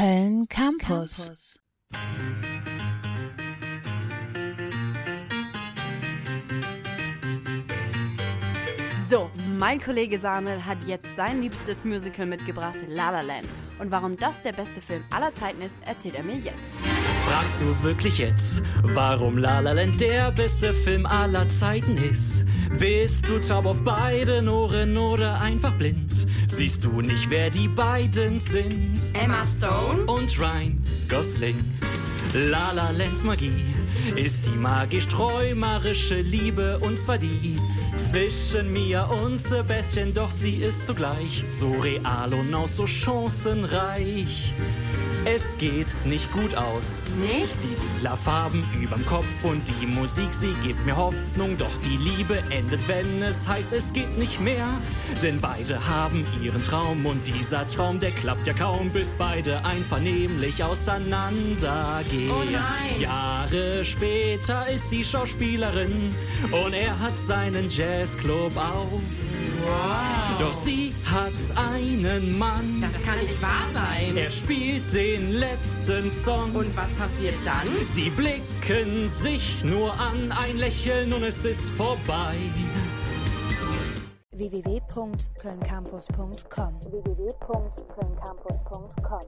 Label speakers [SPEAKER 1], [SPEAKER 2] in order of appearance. [SPEAKER 1] Köln Campus.
[SPEAKER 2] So, mein Kollege Samuel hat jetzt sein liebstes Musical mitgebracht, La La Land. Und warum das der beste Film aller Zeiten ist, erzählt er mir jetzt.
[SPEAKER 3] Fragst du wirklich jetzt, warum La La Land der beste Film aller Zeiten ist? Bist du taub auf beiden Ohren oder einfach blind? Siehst du nicht, wer die beiden sind?
[SPEAKER 2] Emma Stone?
[SPEAKER 3] und Ryan Gosling. La La Lands Magie ist die magisch-träumerische Liebe und zwar die zwischen Mia und Sebastian, doch sie ist zugleich so real und auch so chancenreich. Es geht nicht gut aus,
[SPEAKER 2] Nicht?
[SPEAKER 3] die lila Farben überm Kopf und die Musik, sie gibt mir Hoffnung. Doch die Liebe endet, wenn es heißt, es geht nicht mehr. Denn beide haben ihren Traum und dieser Traum, der klappt ja kaum, bis beide einvernehmlich auseinandergehen.
[SPEAKER 2] Oh nein.
[SPEAKER 3] Jahre später ist sie Schauspielerin und er hat seinen Jazzclub auf.
[SPEAKER 2] Oh.
[SPEAKER 3] Doch sie hat einen Mann.
[SPEAKER 4] Das kann nicht wahr sein.
[SPEAKER 3] er spielt den letzten Song.
[SPEAKER 2] Oh
[SPEAKER 4] Und was passiert dann?
[SPEAKER 3] Sie blicken sich nur an, ein Lächeln und es ist vorbei.
[SPEAKER 5] www.kölncampus.com www.kölncampus.com